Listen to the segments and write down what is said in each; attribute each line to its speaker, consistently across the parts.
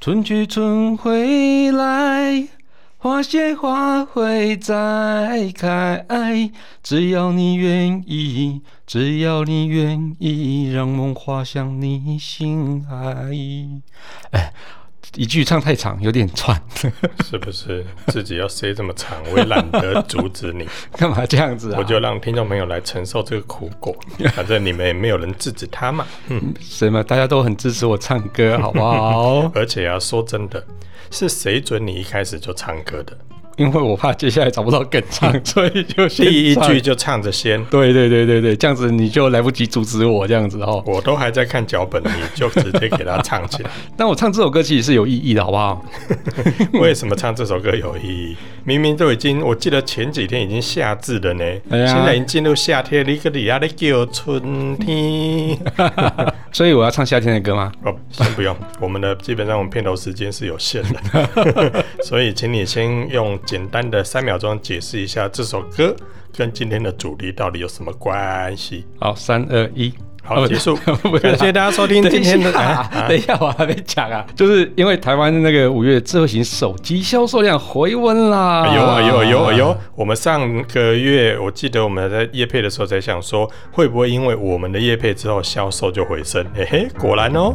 Speaker 1: 春去春回来，花谢花会再开。只要你愿意，只要你愿意，让梦划向你心海。哎，一句唱太长，有点串，
Speaker 2: 是不是？自己要塞这么长，我也懒得阻 止你，
Speaker 1: 干嘛这样子啊？
Speaker 2: 我就让听众朋友来承受这个苦 果。反正你们也没有人制止他嘛。嗯，？
Speaker 1: 什么？大家都很支持我唱歌，好不好
Speaker 2: 而且啊，说真的，是谁准你一开始就唱歌 的？
Speaker 1: 因为我怕接下来找不到梗 唱，所以就先
Speaker 2: 第一
Speaker 1: 唱
Speaker 2: 句。就唱着先，
Speaker 1: 对对对对对，这样子你就来不及阻止我这样子哦。
Speaker 2: 我都还在看脚本，你就直接给他 唱起来。
Speaker 1: 但我唱这首歌其实是有意义的，好 不好？
Speaker 2: 为什么唱这首歌有意义？明明都已经，我记得前几天已经夏至了呢，
Speaker 1: 哎呀
Speaker 2: 现在已经进入夏天，你个你啊，你叫春天。
Speaker 1: 所以我要唱夏天的歌吗？
Speaker 2: 哦，先不用，我们的基本上我们片头时间是有限 的， 所以请你先用简单的三秒钟解释一下这首歌跟今天的主题到底有什么关系。
Speaker 1: 好，三二一，
Speaker 2: 好
Speaker 1: 啊不
Speaker 2: 结 束
Speaker 1: 不是
Speaker 2: 感
Speaker 1: 啦
Speaker 2: 谢大家收听
Speaker 1: 等
Speaker 2: 今
Speaker 1: 一下
Speaker 2: 天 的
Speaker 1: 啊
Speaker 2: 啊啊
Speaker 1: 等一下，我还没讲啊，就是因为台湾那个五月智慧型手机销售量回温啦。
Speaker 2: 哎呦哎呦哎呦哎
Speaker 1: 啊
Speaker 2: 呦！我们上个月我记得我们在夜配的时候才想说，会不会因为我们的夜配之后销售就回升？嘿嘿，果然哦。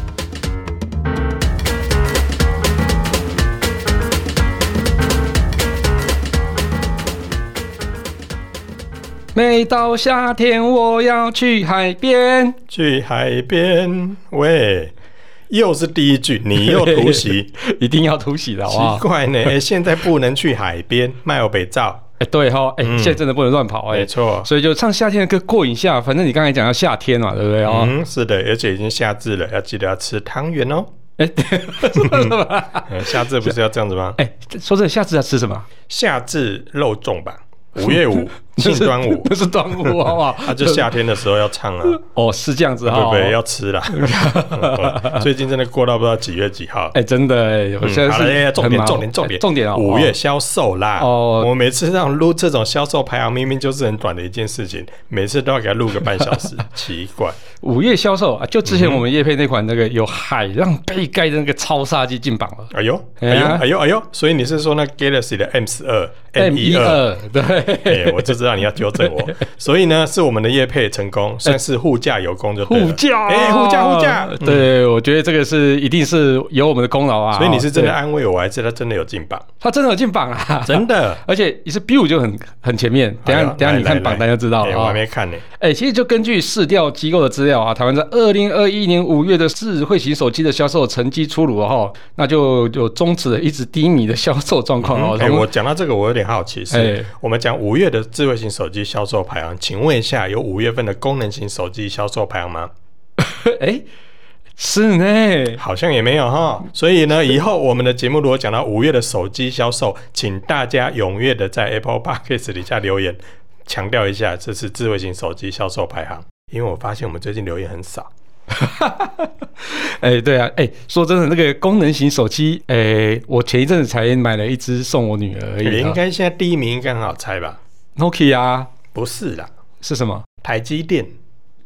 Speaker 1: 每到夏天，我要去海 边。
Speaker 2: 去海边，喂，又是第一句，你又突 袭。
Speaker 1: 一定要突袭的，好不好
Speaker 2: 奇？怪呢、 欸现在不能去海边卖北照，
Speaker 1: 哎、对哈、哎、
Speaker 3: 嗯
Speaker 1: 现在真的不能乱跑、哎、
Speaker 2: 没错。
Speaker 1: 所以就唱夏天的歌过瘾一下，反正你刚才讲到夏天嘛，对不对哦？
Speaker 2: 嗯，是的，而且已经夏至了，要记得要吃汤圆 哦。
Speaker 1: 哎、 对
Speaker 2: 嗯夏至不是要这样子 吗？
Speaker 1: 哎，说真的，下次要吃什么？
Speaker 2: 夏至肉粽 吧，五月五庆端 午，
Speaker 1: 那是端午，好不好？
Speaker 2: 啊，就夏天的时候要唱啊，
Speaker 1: 哦，是这样子哈、
Speaker 2: 对不对？要吃 啦。嗯最近真的过到不知道几月几号。
Speaker 1: 哎、真的哎、我
Speaker 2: 嗯
Speaker 1: 现在
Speaker 2: 好了，哎
Speaker 1: 是
Speaker 2: 重
Speaker 1: 很
Speaker 2: 点
Speaker 1: 忙
Speaker 2: 重点重
Speaker 1: 哎
Speaker 2: 点
Speaker 1: 重点哦，
Speaker 2: 五月
Speaker 1: 哦
Speaker 2: 销售啦。
Speaker 1: 哦
Speaker 2: 哦，我每次这样录这种销售排行，明明就是很短的一件事情，每次都要给它录个半小 时，奇怪。
Speaker 1: 五月销售啊，就之
Speaker 2: 嗯
Speaker 1: 前我们叶配那款那个有海浪杯盖的那个超杀机进榜了。
Speaker 2: 哎呦，
Speaker 1: 哎
Speaker 2: 哎呦，
Speaker 1: 呀
Speaker 2: 哎呦，哎呦！所以你是说那 Galaxy 的 M 四二、
Speaker 1: M 一
Speaker 2: 二？
Speaker 1: 二对，
Speaker 2: 哎，我就知道你要纠正 我。所以呢，是我们的业配成功，算是护驾有功就对了。
Speaker 1: 哎护驾，
Speaker 2: 哎，护驾，护驾。嗯
Speaker 1: 对，我觉得这个是一定是有我们的功劳啊。
Speaker 2: 所以你是真的
Speaker 1: 哦，
Speaker 2: 安慰我，还是他真的有进榜？
Speaker 1: 对他真的有进榜啊，
Speaker 2: 真的。
Speaker 1: 而且一是 Bill 就很很前面，等一
Speaker 2: 哎
Speaker 1: 下
Speaker 2: 呦
Speaker 1: 等一下
Speaker 2: 来
Speaker 1: 你看
Speaker 2: 来
Speaker 1: 榜单就知道
Speaker 2: 哎
Speaker 1: 了
Speaker 2: 我还
Speaker 1: 啊。
Speaker 2: 没看呢。
Speaker 1: 哎，其实就根据市调机构的资料啊，台湾在二零二一年五月的智慧型手机的销售成绩出炉哈，那就有终止了一直低迷的销售状况哦。
Speaker 2: 哎，
Speaker 1: 从
Speaker 2: 我讲到这个，我有点好奇，是
Speaker 1: 哎
Speaker 2: 我们讲五月的智慧型手机销售排行，请问一下，有五月份的功能型手机销售排行吗？
Speaker 1: 哎，是呢，
Speaker 2: 好像也没有哈，所以呢，以后我们的节目如果讲到五月的手机销售，请大家踊跃的在 Apple Podcast 底下留言，强调一下这是智慧型手机销售排行，因为我发现我们最近留言很少。
Speaker 1: 哎，对啊，哎，说真的，那个功能型手机，哎，我前一阵子才买了一只送我女儿而已、
Speaker 2: 应
Speaker 1: 啊。
Speaker 2: 该现在第一名应该很好猜吧？
Speaker 1: Nokia 啊
Speaker 2: 不是啦，
Speaker 1: 是什么？
Speaker 2: 台积电，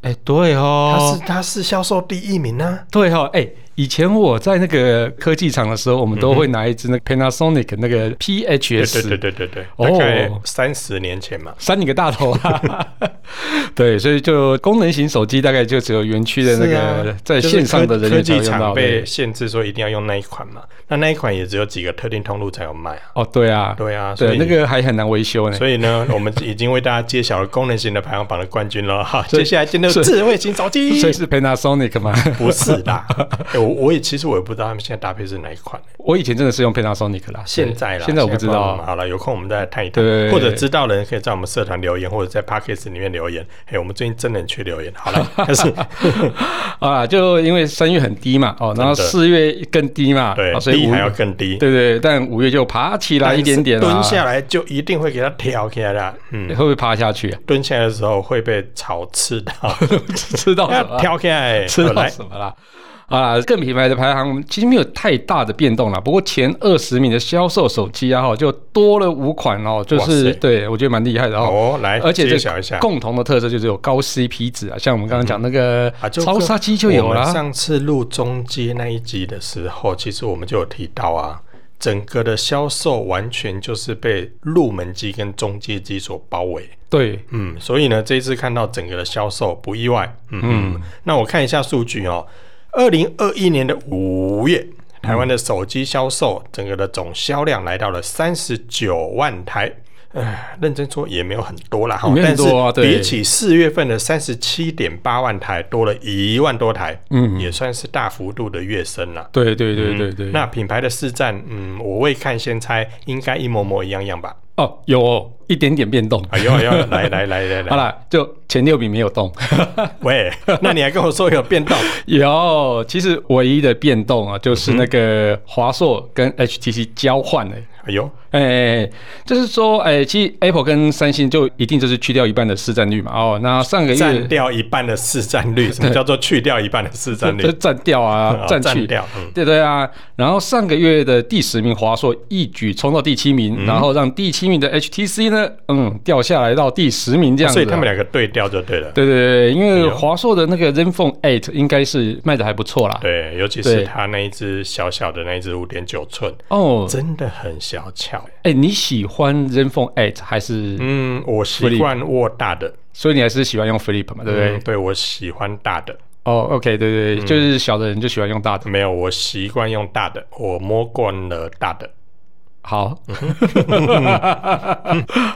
Speaker 1: 哎，对
Speaker 2: 它
Speaker 1: 哦
Speaker 2: 是，它是销售第一名啊。
Speaker 1: 对哦，哎，以前我在那个科技厂的时候，我们都会拿一只那个 Panasonic 那个
Speaker 2: 对
Speaker 1: PHS，
Speaker 2: 嗯对对对对对，
Speaker 1: 哦
Speaker 2: 大概三十年前嘛。
Speaker 1: 扇你个大头啊！对，所以就功能型手机大概就只有园区的那
Speaker 2: 是
Speaker 1: 个
Speaker 2: 啊
Speaker 1: 在
Speaker 2: 就是
Speaker 1: 线上的人
Speaker 2: 科科
Speaker 1: 员才
Speaker 2: 技
Speaker 1: 会用
Speaker 2: 厂
Speaker 1: 到的。
Speaker 2: 被限制说一定要用那一款嘛，那那一款也只有几个特定通路才有卖啊。
Speaker 1: 哦，对啊，
Speaker 2: 对啊，所
Speaker 1: 对，
Speaker 2: 以
Speaker 1: 那个还很难维修呢。
Speaker 2: 所以呢， 我们已经为大家揭晓了功能型的排行榜的冠军了哈。
Speaker 1: 所以
Speaker 2: 接下来进入
Speaker 1: 所以
Speaker 2: 智慧型手机，
Speaker 1: 所以是 Panasonic 嘛？
Speaker 2: 不是啦？欸我我也其实我也不知道他们现在搭配是哪一款、
Speaker 1: 我以前真的是用 Panasonic 啦，
Speaker 2: 现在啦，
Speaker 1: 现在我不知道
Speaker 2: 知道了嘛好了，有空我们再来探一探，
Speaker 1: 对
Speaker 2: 或者知道的人可以在我们社团留言，或者在 Pockets 里面留留言。嘿，我们最近真的很缺留言。好了，但是
Speaker 1: 好啦，就因为三月很低嘛，哦，然后
Speaker 2: 真的
Speaker 1: 四月更低嘛，
Speaker 2: 对
Speaker 1: 哦、所以
Speaker 2: 低
Speaker 1: 五
Speaker 2: 还要更低，
Speaker 1: 对对，但五月就爬起啊来一点点啦
Speaker 2: 蹲下来就一定会给它挑起来的。嗯
Speaker 1: 会，不会爬下 去、啊？
Speaker 2: 蹲下来的时候会被草 吃到，
Speaker 1: 吃到什么
Speaker 2: 要
Speaker 1: 啊？
Speaker 2: 挑起来，
Speaker 1: 吃到
Speaker 2: 来
Speaker 1: 什么啦？啊，更品牌的排行其实没有太大的变动啦，不过前二十名的销售手机啊，哈，就多了五款哦，就
Speaker 2: 哇
Speaker 1: 是
Speaker 2: 塞
Speaker 1: 对我觉得蛮厉害的哦。
Speaker 2: 哦，来
Speaker 1: 而且
Speaker 2: 揭
Speaker 1: 这
Speaker 2: 晓一下
Speaker 1: 个。共同的特色就是有高 CP 值啊，像我们刚刚讲那个
Speaker 2: 啊，就
Speaker 1: 超杀机就有
Speaker 2: 我们
Speaker 1: 啦。
Speaker 2: 上次录中街那一集的时候，其实我们就有提到啊，整个的销售完全就是被入门机跟中阶机所包围。
Speaker 1: 对，
Speaker 2: 嗯，所以呢，这一次看到整个的销售不意外。嗯嗯，那我看一下数据哦，二零二一年的五月，
Speaker 1: 嗯
Speaker 2: 台湾的手机销售整个的总销量来到了三十九万台。唉，认真说也没有很多啦，哈
Speaker 1: 没，有很
Speaker 2: 但是
Speaker 1: 多啊对
Speaker 2: 比起四月份的三十七点八万台，多了一万多台，
Speaker 1: 嗯，
Speaker 2: 也算是大幅度的跃升了。
Speaker 1: 对对对对对。
Speaker 2: 嗯那品牌的市占，嗯，我未看先猜，应该一模模一样样吧？
Speaker 1: 哦，有哦一点点变动。
Speaker 2: 哎呦哎呦，来来来来来，
Speaker 1: 好啦，就前六名没有动。
Speaker 2: 喂，那你还跟我说有变动？
Speaker 1: 有，其实唯一的变动啊，就是那个华硕跟 HTC 交换了。
Speaker 2: 哎呦，
Speaker 1: 哎、就是说，哎、其实 Apple 跟三星就一定就是去掉一半的市占率嘛。哦，那上个
Speaker 2: 占
Speaker 1: 月
Speaker 2: 掉一半的市占率，什么叫做去掉一半的市占
Speaker 1: 就
Speaker 2: 率？
Speaker 1: 占掉 啊，
Speaker 2: 哦
Speaker 1: 占
Speaker 2: 占
Speaker 1: 去。
Speaker 2: 掉，嗯，
Speaker 1: 对对啊，然后上个月的第十名华硕一举冲到第七名，
Speaker 2: 嗯
Speaker 1: 然后让第七名的 HTC 呢，嗯，掉下来到第十名这样子、啊
Speaker 2: 所以哦他们两个对调就对了。
Speaker 1: 对对对，因
Speaker 2: 哎
Speaker 1: 为
Speaker 2: 呦
Speaker 1: 华硕的那个 ZenFone 8应该是卖的还不错啦。
Speaker 2: 对，尤其
Speaker 1: 对
Speaker 2: 是它那一只小小的那一只五点九寸，
Speaker 1: 哦，
Speaker 2: 真的很小巧。
Speaker 1: 哎，你喜欢 ZenFone 8还是？
Speaker 2: 嗯，我习
Speaker 1: Flip
Speaker 2: 惯握大的，
Speaker 1: 所以你还是喜欢用 Flip 嘛，对不对
Speaker 2: 嗯？对我喜欢大的，
Speaker 1: 哦，OK，对对对，就是小的人就喜欢用大的。
Speaker 2: 没有，我习惯用大的，我摸惯了大 的。
Speaker 1: 好，
Speaker 2: 嗯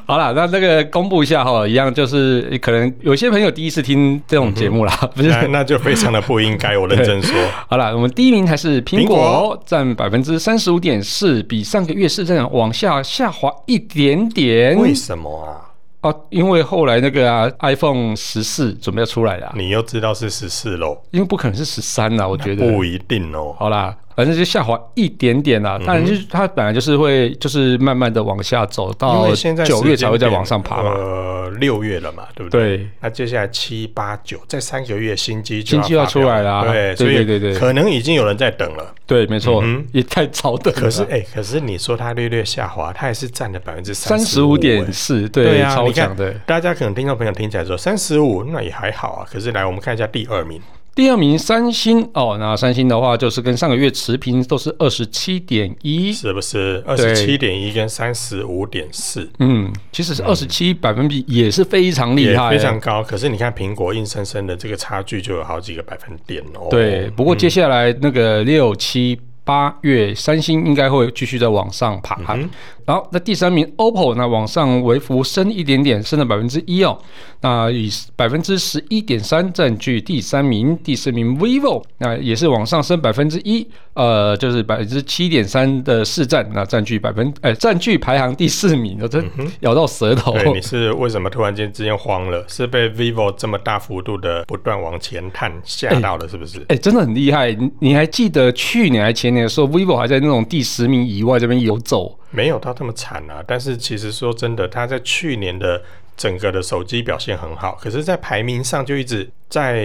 Speaker 1: 好啦，那那个公布一下哈，一样就是可能有些朋友第一次听这种节目啦，不是
Speaker 2: 那那就非常的不应该，我认 真说，
Speaker 1: 好了，我们第一名还是苹
Speaker 2: 苹
Speaker 1: 果哦
Speaker 2: 果，
Speaker 1: 占百分之三十五点四，比上个月市占往下下滑一点点。
Speaker 2: 为什么啊？
Speaker 1: 啊，因为后来那个啊，iPhone 十四准备要出来了啊、
Speaker 2: 你又知道是十四喽？
Speaker 1: 因为不可能是十三啦，我觉得。
Speaker 2: 不一定哦。
Speaker 1: 好啦，反正就下滑一点点
Speaker 2: 嗯
Speaker 1: 啦。当然就是它本来就是会就是慢慢的往下走，
Speaker 2: 因
Speaker 1: 到
Speaker 2: 为现在
Speaker 1: 哦九月
Speaker 2: 时间
Speaker 1: 才会再
Speaker 2: 点
Speaker 1: 往上爬嘛。
Speaker 2: 呃，六月了嘛，对不对？
Speaker 1: 对，
Speaker 2: 那接下来七八九，再三个月新机
Speaker 1: 新机要
Speaker 2: 发表
Speaker 1: 出来啦对
Speaker 2: 对，所以
Speaker 1: 对对对
Speaker 2: 可能已经有人在等了。
Speaker 1: 对，没错
Speaker 2: 嗯哼，
Speaker 1: 也太早等了。
Speaker 2: 可是哎、可是你说它略略下滑，它还是占了百分之
Speaker 1: 三十
Speaker 2: 五欸
Speaker 1: 五点。四，
Speaker 2: 对
Speaker 1: 对，
Speaker 2: 啊，
Speaker 1: 超
Speaker 2: 你看
Speaker 1: 强的。
Speaker 2: 大家可能听众朋友听起来说三十五那也还好啊，可是来我们看一下第二名，
Speaker 1: 第二名三星哦，那三星的话就是跟上个月持平，都是二十七点一。
Speaker 2: 是不是二十七点一跟三十五点四
Speaker 1: 嗯，其实是二十七百分比也是非常厉
Speaker 2: 也
Speaker 1: 害，欸
Speaker 2: 非常高？可是你看苹果硬生生的这个差距就有好几个百分点哦。
Speaker 1: 对。不过接下来那个六七八月，三星应该会继续在往上爬。
Speaker 2: 嗯
Speaker 1: 然后那第三名 OPPO 呢，往上微幅升一点点，升了百分之一哦。那以百分之十一点三占据第三名，第四名 vivo 那也是往上升百分之一，呃，就是百分之七点三的市占，那占据百分呃占据排行第四名，我真咬到舌头。
Speaker 2: 嗯对，你是为什么突然间之间慌了？是被 vivo 这么大幅度的不断往前探吓到了，是不是？
Speaker 1: 哎、真的很厉害！你你还记得去年还前年的时候，vivo 还在那种第十名以外这边游走，
Speaker 2: 没有到这么惨啊，但是其实说真的，它在去年的整个的手机表现很好，可是，在排名上就一直在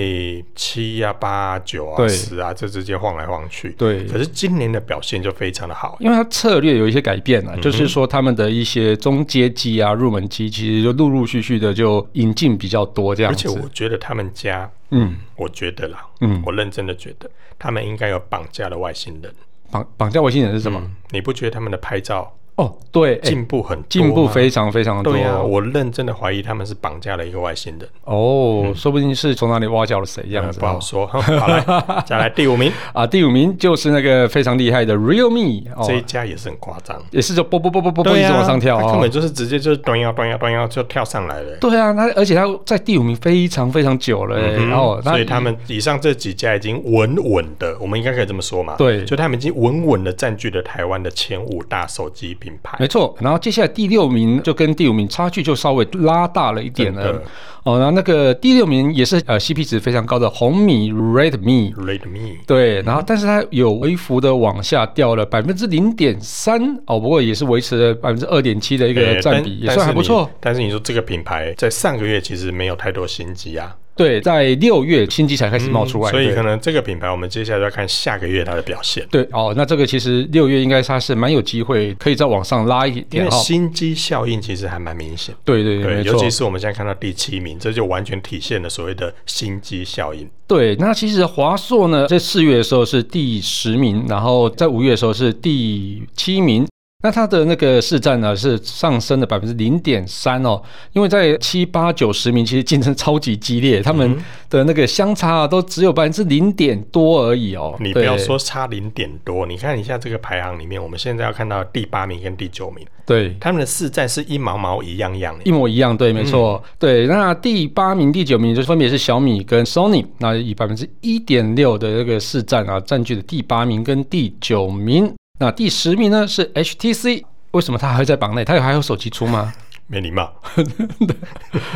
Speaker 2: 七啊、八、九
Speaker 1: 对
Speaker 2: 啊、十啊这之间晃来晃去。
Speaker 1: 对
Speaker 2: 可是今年的表现就非常的好。
Speaker 1: 因为它策略有一些改变
Speaker 2: 嗯
Speaker 1: 啊，就是说他们的一些中阶机啊、入门机，其实就陆陆续续的就引进比较多这样
Speaker 2: 而
Speaker 1: 子。
Speaker 2: 且我觉得他们家，
Speaker 1: 嗯，
Speaker 2: 我觉得啦，
Speaker 1: 嗯
Speaker 2: 我认真的觉得他们应该有绑架了外星人。
Speaker 1: 绑绑架外星人是什么？
Speaker 2: 嗯，你不觉得他们的拍照
Speaker 1: 哦，对，哎
Speaker 2: 进步很多
Speaker 1: 进步
Speaker 2: 吗
Speaker 1: 非常非常多。
Speaker 2: 对呀、哦我认真的怀疑他们是绑架了一个外星人，
Speaker 1: 哦，说不定是从哪里挖角了谁这样
Speaker 2: 呃
Speaker 1: 子。
Speaker 2: 嗯
Speaker 1: 哦
Speaker 2: 不好说。好 来，再来第五名，
Speaker 1: 啊，第五名就是那个非常厉害的 Realme 哦
Speaker 2: 这，一家也是很夸张，
Speaker 1: 也是就啵啵啵啵啵啵
Speaker 2: 对
Speaker 1: 一直
Speaker 2: 呀
Speaker 1: 往上跳
Speaker 2: 他根
Speaker 1: 哦
Speaker 2: 本。就是直接就是端腰端腰端腰就跳上来了。
Speaker 1: 对啊，那而且它在第五名非常非常久了，哎
Speaker 2: 嗯
Speaker 1: 然后那
Speaker 2: 所以他们以上这几家已经稳稳的，我们应该可以这么说嘛？
Speaker 1: 对
Speaker 2: 就他们已经稳稳的占据了台湾的前五大手机品牌
Speaker 1: 没。错。然后接下来第六名就跟第五名差距就稍微拉大了一点
Speaker 2: 真
Speaker 1: 了
Speaker 2: 的。
Speaker 1: 哦，然后那个第六名也是呃 CP 值非常高的红米 Redmi。
Speaker 2: Redmi
Speaker 1: 对，然后但是它有微幅的往下掉了百分之零点三哦，不过也是维持了百分之二点七的一个
Speaker 2: 呃
Speaker 1: 占
Speaker 2: 但
Speaker 1: 比，也
Speaker 2: 但
Speaker 1: 算还
Speaker 2: 是
Speaker 1: 不
Speaker 2: 你
Speaker 1: 错。
Speaker 2: 但是你说这个品牌在上个月其实没有太多新机啊，
Speaker 1: 对，在六月新机才开始冒出来，
Speaker 2: 嗯所以
Speaker 1: 对
Speaker 2: 可能这个品牌我们接下来就要看下个月它的表现。
Speaker 1: 对哦，那这个其实六月应该它是蛮有机会可以再往上拉一
Speaker 2: 因
Speaker 1: 点
Speaker 2: 为
Speaker 1: 哈。
Speaker 2: 新机效应其实还蛮明显，
Speaker 1: 对对对，
Speaker 2: 对，
Speaker 1: 没
Speaker 2: 尤
Speaker 1: 错
Speaker 2: 其。是我们现在看到第七名，这就完全体现了所谓的新机效应。
Speaker 1: 对，那其实华硕呢，在四月的时候是第十名，然后在五月的时候是第七名。那它的那个市占呢是上升了百分之零点三哦，因为在七八九十名其实竞争超级激烈，他们
Speaker 2: 嗯
Speaker 1: 的那个相差啊都只有百分之零点多而已哦。
Speaker 2: 你不要
Speaker 1: 对
Speaker 2: 说差零点多，你看一下这个排行里面，我们现在要看到第八名跟第九名，
Speaker 1: 对，
Speaker 2: 他们的市占是一毛毛一样样的
Speaker 1: 一。模一样，对，没错，
Speaker 2: 嗯
Speaker 1: 对。那第八名、第九名就分别是小米跟 Sony，那以百分之一点六的这个市占啊，占据了第八名跟第九名。那第十名呢是 HTC，为什么它还会在榜内？它有还有手机出 吗？
Speaker 2: 没礼貌，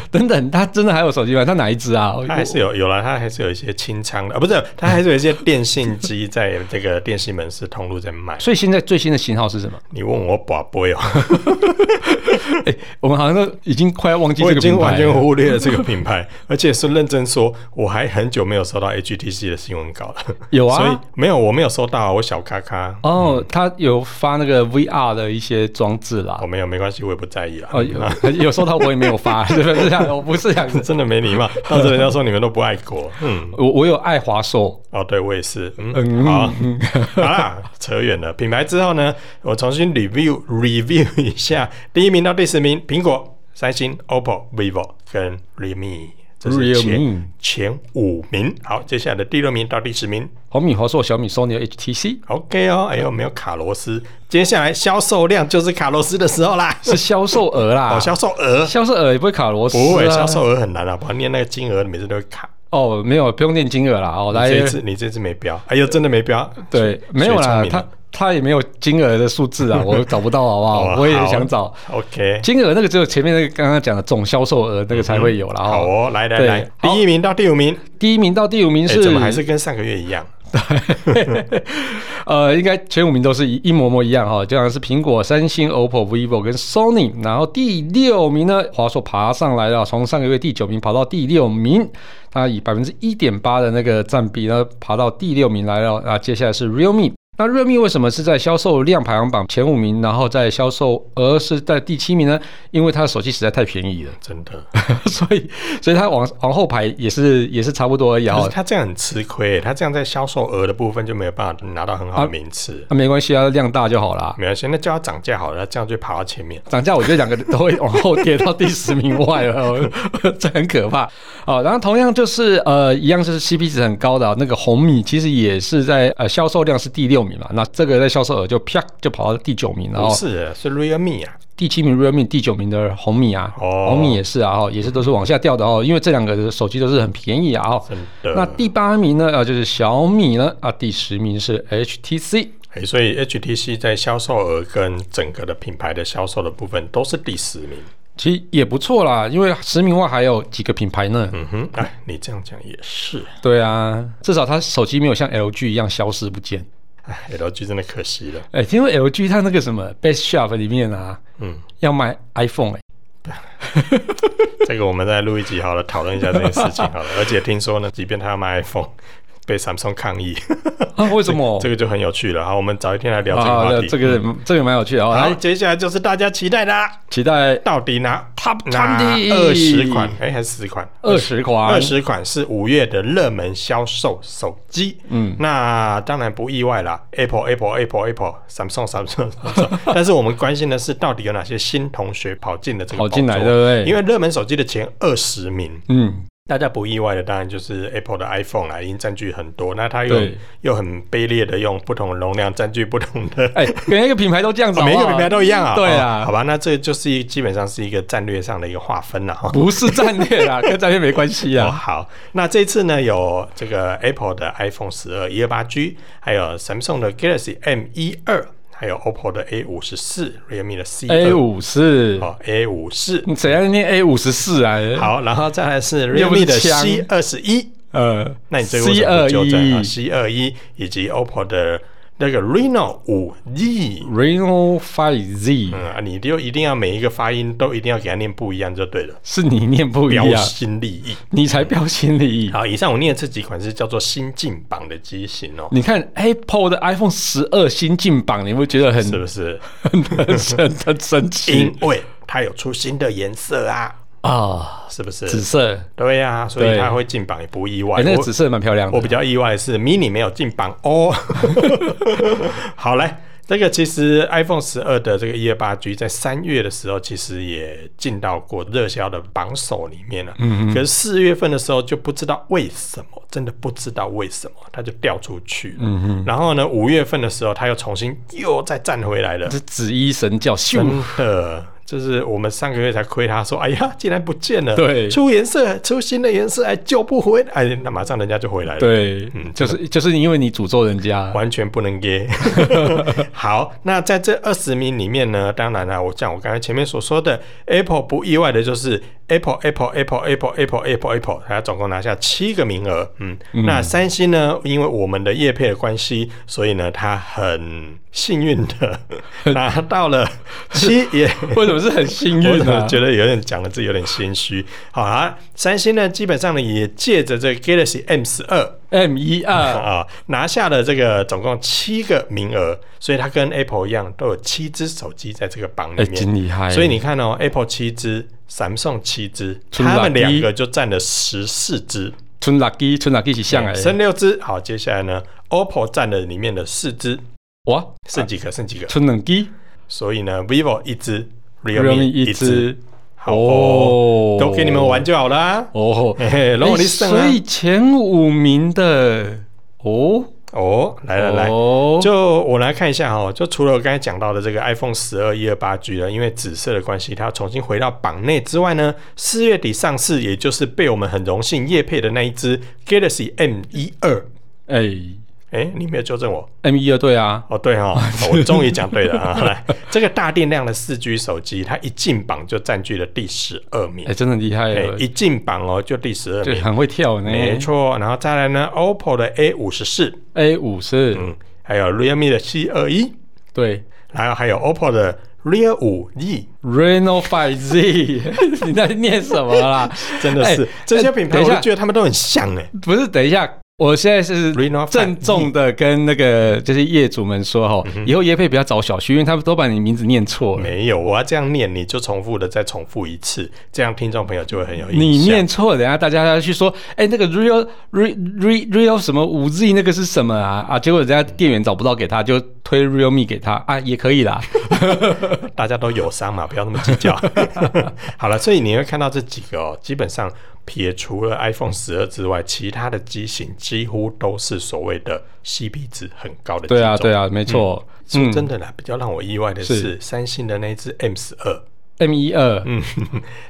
Speaker 1: 等等，它真的还有手机吗？它哪一只啊？
Speaker 2: 它还是有有了，它还是有一些清仓的啊，不是，它还是有一些电信机在这个电信门市通路在卖。
Speaker 1: 所以现在最新的型号是什么？
Speaker 2: 你问我宝贝哦，
Speaker 1: 我们好像都已经快要忘记
Speaker 2: 我
Speaker 1: 这
Speaker 2: 已
Speaker 1: 个
Speaker 2: 经
Speaker 1: 品牌
Speaker 2: 完
Speaker 1: 了。
Speaker 2: 全忽略了这个品牌，而且是认真说，我还很久没有收到 HTC 的新闻稿了。
Speaker 1: 有啊
Speaker 2: 所以没有，我没有收到啊，我小咖咖，
Speaker 1: 哦，它有发那个 VR 的一些装置啦
Speaker 2: 我。哦没有，没关系，我也不在意了。
Speaker 1: 哦，有有收到我也没有发， 是不是这样？我不是这样子，
Speaker 2: 真的没礼貌，到时候人家说你们都不爱国。嗯，
Speaker 1: 我我有爱华硕，
Speaker 2: 哦，对我也是。
Speaker 1: 嗯
Speaker 2: 嗯，好，好啦，扯远了。品牌之后呢，我重新 review review 一下，第一名到第十名，苹果、三星、OPPO、vivo 跟 realme，这是前
Speaker 1: Realme
Speaker 2: 前五名。好，接下来的第六名到第十名
Speaker 1: 红米、华硕、小米、Sony、HTC
Speaker 2: ，OK 哦。哎呦，没有卡罗斯，接下来销售量就是卡罗斯的时候啦。
Speaker 1: 是啊销售额啦，
Speaker 2: 哦，销售额
Speaker 1: 销售额也不会卡螺丝、啊，
Speaker 2: 不会，销售额很难啊，我念那个金额，每次都会卡。
Speaker 1: 哦，没有不用念金额啦，哦，来
Speaker 2: 这一次你这次没标，哎呦，真的没标。
Speaker 1: 对
Speaker 2: 学，
Speaker 1: 没有
Speaker 2: 学聪
Speaker 1: 啦，
Speaker 2: 明啊
Speaker 1: 他
Speaker 2: 了
Speaker 1: 他也没有金额的数字 啊，我找不到好不好？
Speaker 2: 哦
Speaker 1: 我也
Speaker 2: 好
Speaker 1: 想找
Speaker 2: OK，
Speaker 1: 金额那个只有前面那个刚刚讲的总销售额那个才会有啦。
Speaker 2: 好
Speaker 1: 哦，
Speaker 2: 哦，来来
Speaker 1: 对
Speaker 2: 来，
Speaker 1: 好
Speaker 2: 第一名到第五名，
Speaker 1: 第一名到第五名
Speaker 2: 哎，
Speaker 1: 是
Speaker 2: 怎么还是跟上个月一样？
Speaker 1: 呃，应该前五名都是一一模模一样哈、就像是苹果、三星、OPPO、vivo 跟 Sony，然后第六名呢，华硕爬上来了，从上个月第九名爬到第六名，它以百分之一点八的那个占比呢，爬到第六名来了。那接下来是 realme。那 realme 为什么是在销售量排行榜前五名，然后在销售额是在第七名呢？因为它的手机实在太便宜了，
Speaker 2: 真的，
Speaker 1: 所以所以它往往后排也是也是差不多而已
Speaker 2: 可
Speaker 1: 啊
Speaker 2: 是。他这样很吃亏，他这样在销售额的部分就没有办法拿到很好的名次。
Speaker 1: 那、没关系啊，量大就好啦。
Speaker 2: 没关系，那叫他涨价好了，他这样就爬到前面。
Speaker 1: 涨价，我觉得两个都会往后跌到第十名外了， 这很可怕。好，然后同样就是呃，一样是 CP 值很高的、啊、那个红米，其实也是在呃销售量是第六名嘛，那这个在销售额就啪就跑到第九名，然
Speaker 2: 不
Speaker 1: 后
Speaker 2: 是，是 Realme 啊，
Speaker 1: 第七名 realme，第九名的红米啊，
Speaker 2: 哦
Speaker 1: 红米也是啊，哦，也是都是往下掉的哦，因为这两个的手机都是很便宜啊，哦。
Speaker 2: 真的。
Speaker 1: 那第八名呢？啊，就是小米呢。啊，第十名是 HTC。
Speaker 2: 哎所以 HTC 在销售额跟整个的品牌的销售的部分都是第十名。
Speaker 1: 其实也不错啦，因为十名外还有几个品牌呢。
Speaker 2: 嗯哼，哎，你这样讲也是。
Speaker 1: 对啊，至少它手机没有像 LG 一样消失不见。
Speaker 2: 哎，LG 真的可惜了。
Speaker 1: 哎、因为 LG 它那个什么 Best Shop 里面啊，
Speaker 2: 嗯，
Speaker 1: 要卖 iPhone 哎、
Speaker 2: 这个我们再录一集好了，讨论一下这件事情 好了。而且听说呢，即便他要卖 iPhone，被 Samsung 抗议，
Speaker 1: 啊，为什么？
Speaker 2: 这个就很有趣了。好，我们早一天来哦聊这个
Speaker 1: 啊
Speaker 2: 话，题。嗯
Speaker 1: 这个这个蛮有趣的哦。
Speaker 2: 好，
Speaker 1: 来，
Speaker 2: 接下来就是大家期待的啊，
Speaker 1: 期待
Speaker 2: 到底拿
Speaker 1: Top
Speaker 2: 拿
Speaker 1: 20
Speaker 2: 二十款，哎、还是十款？
Speaker 1: 二十款，
Speaker 2: 二十款是五月的热门销售手机，嗯，那当然不意外啦，Apple Apple Apple Apple Samsung Samsung，, Samsung 但是我们关心的是到底有哪些新同学跑进了这个
Speaker 1: 跑
Speaker 2: 宝
Speaker 1: 进来，
Speaker 2: 座
Speaker 1: 对不对？
Speaker 2: 因为热门手机的前二十名，
Speaker 1: 嗯，
Speaker 2: 大家不意外的，当然就是 Apple 的 iPhone 啦，已经占据很多。那它又
Speaker 1: 对
Speaker 2: 又很卑劣的用不同的容量占据不同的，
Speaker 1: 哎、每一个品牌都这样子
Speaker 2: 哦
Speaker 1: 好不
Speaker 2: 每
Speaker 1: 好
Speaker 2: 一个品牌都一样啊。
Speaker 1: 对
Speaker 2: 哦
Speaker 1: 啊，
Speaker 2: 好吧，那这就是一基本上是一个战略上的一个划分了哈。
Speaker 1: 不是战略 啦，跟战略没关系
Speaker 2: 哦，
Speaker 1: 啊。
Speaker 2: 好，那这次呢有这个 Apple 的 iPhone 十二一二八 G，还有 Samsung 的 Galaxy M 一二。还有 OPPO 的 A 五十四、Realme 的 C
Speaker 1: A 五四，
Speaker 2: 哦 A 五四，
Speaker 1: 你怎样念 A 五十四啊？，
Speaker 2: 好，然后再来是
Speaker 1: 又不是
Speaker 2: Realme 的
Speaker 1: 枪
Speaker 2: C 二十一，
Speaker 1: 呃，
Speaker 2: 那你这个
Speaker 1: C
Speaker 2: 为什么不
Speaker 1: 二
Speaker 2: 纠正啊
Speaker 1: 一
Speaker 2: ？C 二一以及 OPPO 的那个 Reno 五 Z，
Speaker 1: Reno Five Z
Speaker 2: 嗯，啊你就一定要每一个发音都一定要给它念不一样就对了，
Speaker 1: 是你念不一
Speaker 2: 标
Speaker 1: 样，
Speaker 2: 新立异。
Speaker 1: 你才标新立异。
Speaker 2: 好，以上我念的这几款是叫做新进榜的机型哦，
Speaker 1: 你看哎 Apple 的 iPhone 十二新进榜，你会觉得很
Speaker 2: 是不嗯是？
Speaker 1: 很很很神奇
Speaker 2: 因为它有出新的颜色啊，
Speaker 1: 啊！
Speaker 2: 是不
Speaker 1: 紫
Speaker 2: 是？
Speaker 1: 色，
Speaker 2: 对呀、所以
Speaker 1: 对
Speaker 2: 它会进榜也不意外。
Speaker 1: 哎，那个
Speaker 2: 我
Speaker 1: 紫色蛮漂亮的。
Speaker 2: 我比较意外的是，mini 没有进榜哦。 好嘞，这个其实 iPhone 十二的这个一二八 G 在三月的时候，其实也进到过热销的榜首里面了。嗯可是四月份的时候就不知道为什么，真的不知道为什么，它就掉出去了。嗯然后呢，五月份的时候，它又重新又再站回来了。
Speaker 1: 是紫衣神教，
Speaker 2: 真
Speaker 1: 咻，
Speaker 2: 的， 就是我们上个月才亏他说，哎呀，竟然不见了，
Speaker 1: 对
Speaker 2: 出颜色，出新的颜色，哎，救不回来，哎，那马上人家就回来了。
Speaker 1: 对，
Speaker 2: 嗯
Speaker 1: 就是就是因为你诅咒人家，
Speaker 2: 完全不能给。 好，那在这二十名里面呢，当然啦、啊我像我刚才前面所说的，Apple 不意外的就是 Apple Apple Apple Apple Apple Apple Apple，它总共拿下七个名额。嗯，那三星呢，因为我们的业配的关系，所以呢，它很幸运的拿到了七也。
Speaker 1: 为什么是很幸
Speaker 2: 我
Speaker 1: 运啊
Speaker 2: 怎么
Speaker 1: 呢？
Speaker 2: 觉得有点讲的自己有点心虚？好啊，三星呢，基本上呢也借着这个 Galaxy M 十二，
Speaker 1: M 一 二，
Speaker 2: 啊、拿下了这个总共七个名额，所以它跟 Apple 一样，都有七只手机在这个榜
Speaker 1: 哎，
Speaker 2: 里面。
Speaker 1: 真厉害！
Speaker 2: 所以你看哦，Apple 七只，Samsung 七只，
Speaker 1: 出了
Speaker 2: 他们
Speaker 1: 第
Speaker 2: 两
Speaker 1: 一
Speaker 2: 个就占了十四只，
Speaker 1: 存垃圾，存垃圾是像哎，
Speaker 2: 剩六只。好，接下来呢，OPPO 占了里面的四只，
Speaker 1: 哇，
Speaker 2: 剩几个？剩几个？
Speaker 1: 存两支
Speaker 2: 所以呢，vivo 一只
Speaker 1: ，Realme
Speaker 2: ，realme
Speaker 1: 一
Speaker 2: 一只，
Speaker 1: 只，
Speaker 2: 好哦，都给你们玩就好啦。
Speaker 1: 哦。
Speaker 2: 嘿嘿， 然后
Speaker 1: 哎
Speaker 2: 你剩啊
Speaker 1: 所，以前五名的哦，
Speaker 2: 哦，来来来，
Speaker 1: 哦
Speaker 2: 就我来看一下哈，就除了我刚才讲到的这个 iPhone 十二一二八 G 了，因为紫色的关系，它要重新回到榜内之外呢，四月底上市，也就是被我们很荣幸夜配的那一只 Galaxy M 一二。
Speaker 1: 哎
Speaker 2: 哎，你没有纠正我
Speaker 1: ，M 一二对啊，
Speaker 2: 哦，对 哈、哦，我终于讲对了啊！来，这个大电量的四 G 手机，它一进榜就占据了第十二名
Speaker 1: 哎，，真的厉害
Speaker 2: 哎、
Speaker 1: 了，
Speaker 2: 一进榜哦就第十二
Speaker 1: 对，
Speaker 2: 名，
Speaker 1: 很会跳呢。
Speaker 2: 没错。然后再来呢，OPPO 的 A 五十四，
Speaker 1: ，A 哎五是
Speaker 2: 嗯，还有 Realme 的 C 二一，
Speaker 1: 对
Speaker 2: 然后还有 OPPO 的 Real 五 E，
Speaker 1: Reno Five Z，你在 念什么啦？
Speaker 2: 真的是、
Speaker 1: 哎
Speaker 2: 这些品
Speaker 1: 哎
Speaker 2: 牌，
Speaker 1: 等一
Speaker 2: 我
Speaker 1: 下
Speaker 2: 就觉得他们都很像哎、
Speaker 1: 不是，等一下，我现在是
Speaker 2: Reno 5Z
Speaker 1: 郑重的跟那个就是业主们说哈，以后业配不要找小徐，因为他们都把你名字念错了。
Speaker 2: 嗯没有，我要这样念，你就重复的再重复一次，这样听众朋友就会很有印象。
Speaker 1: 你念错，等一下大家要去说，哎、那个 real real real real 什么五 Z 那个是什么啊？啊，结果人家店员找不到给他，就推 real me 给他啊，也可以啦。
Speaker 2: 大家都有伤嘛，不要那么计 较。好了，所以你会看到这几个哦，基本上撇除了 iPhone 十二之外，其他的机型几乎都是所谓的 CP 值很高的机种。
Speaker 1: 对啊，对啊，没错。
Speaker 2: 说真的啦，比较让我意外的
Speaker 1: 是
Speaker 2: 是三星的那一只 M 十二，
Speaker 1: M 一二，
Speaker 2: 嗯，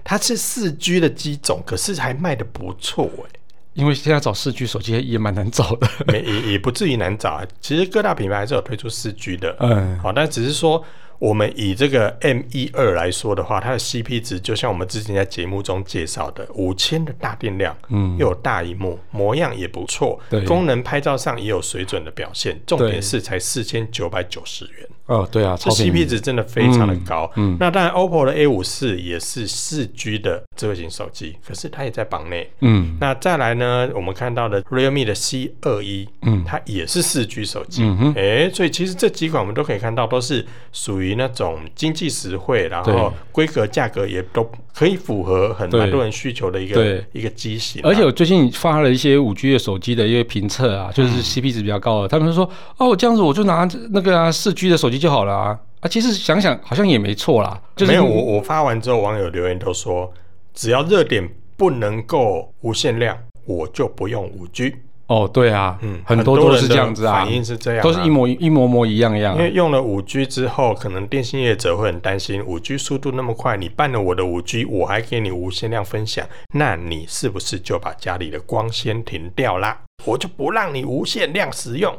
Speaker 2: 它是四 G 的机种，可是还卖的不错哎、
Speaker 1: 因为现在找四 G 手机也蛮难找的。
Speaker 2: 没也也不至于难找啊。其实各大品牌还是有推出四 G 的，
Speaker 1: 嗯，
Speaker 2: 好、但只是说我们以这个 M 一二来说的话，它的 CP 值就像我们之前在节目中介绍的，五千的大电量，嗯，又有大荧幕，模样也不错
Speaker 1: 对，
Speaker 2: 功能拍照上也有水准的表现，重
Speaker 1: 对
Speaker 2: 点是才四千九百九十元。
Speaker 1: 哦，对啊，
Speaker 2: 这
Speaker 1: 超便宜
Speaker 2: CP 值真的非常的高，嗯，那当然 OPPO 的 A 五四也是四 G 的智慧型手机，可是它也在榜内，
Speaker 1: 嗯，
Speaker 2: 那再来呢，我们看到的 Realme 的 C 二一，嗯，它也是四 G 手机，
Speaker 1: 嗯哼
Speaker 2: 哎、所以其实这几款我们都可以看到，都是属于那种经济实惠，然
Speaker 1: 对
Speaker 2: 后规格价格也都可以符合很
Speaker 1: 对
Speaker 2: 蛮多人需求的一
Speaker 1: 对
Speaker 2: 个一个机型啊、
Speaker 1: 而且我最近发了一些五 G 的手机的一些评测
Speaker 2: 嗯
Speaker 1: 啊，就是 CP 值比较高的，他们说哦，我这样子我就拿那个啊四 G 的手机就好了啊。啊，其实想想好像也没错啦，就是
Speaker 2: 没有我我发完之后，网友留言都说，只要热点不能够无限量，我就不用五 G。
Speaker 1: 哦，对啊，
Speaker 2: 嗯，
Speaker 1: 很多都是这样子
Speaker 2: 很多
Speaker 1: 啊，
Speaker 2: 人的反应是这样啊、
Speaker 1: 都是一模一模模一样样啊
Speaker 2: 因。为用了五 G 之后，可能电信业者会很担心，五 G 速度那么快，你办了我的五 G，我还给你无限量分享，那你是不是就把家里的光纤停掉啦？我就不让你无限量使用。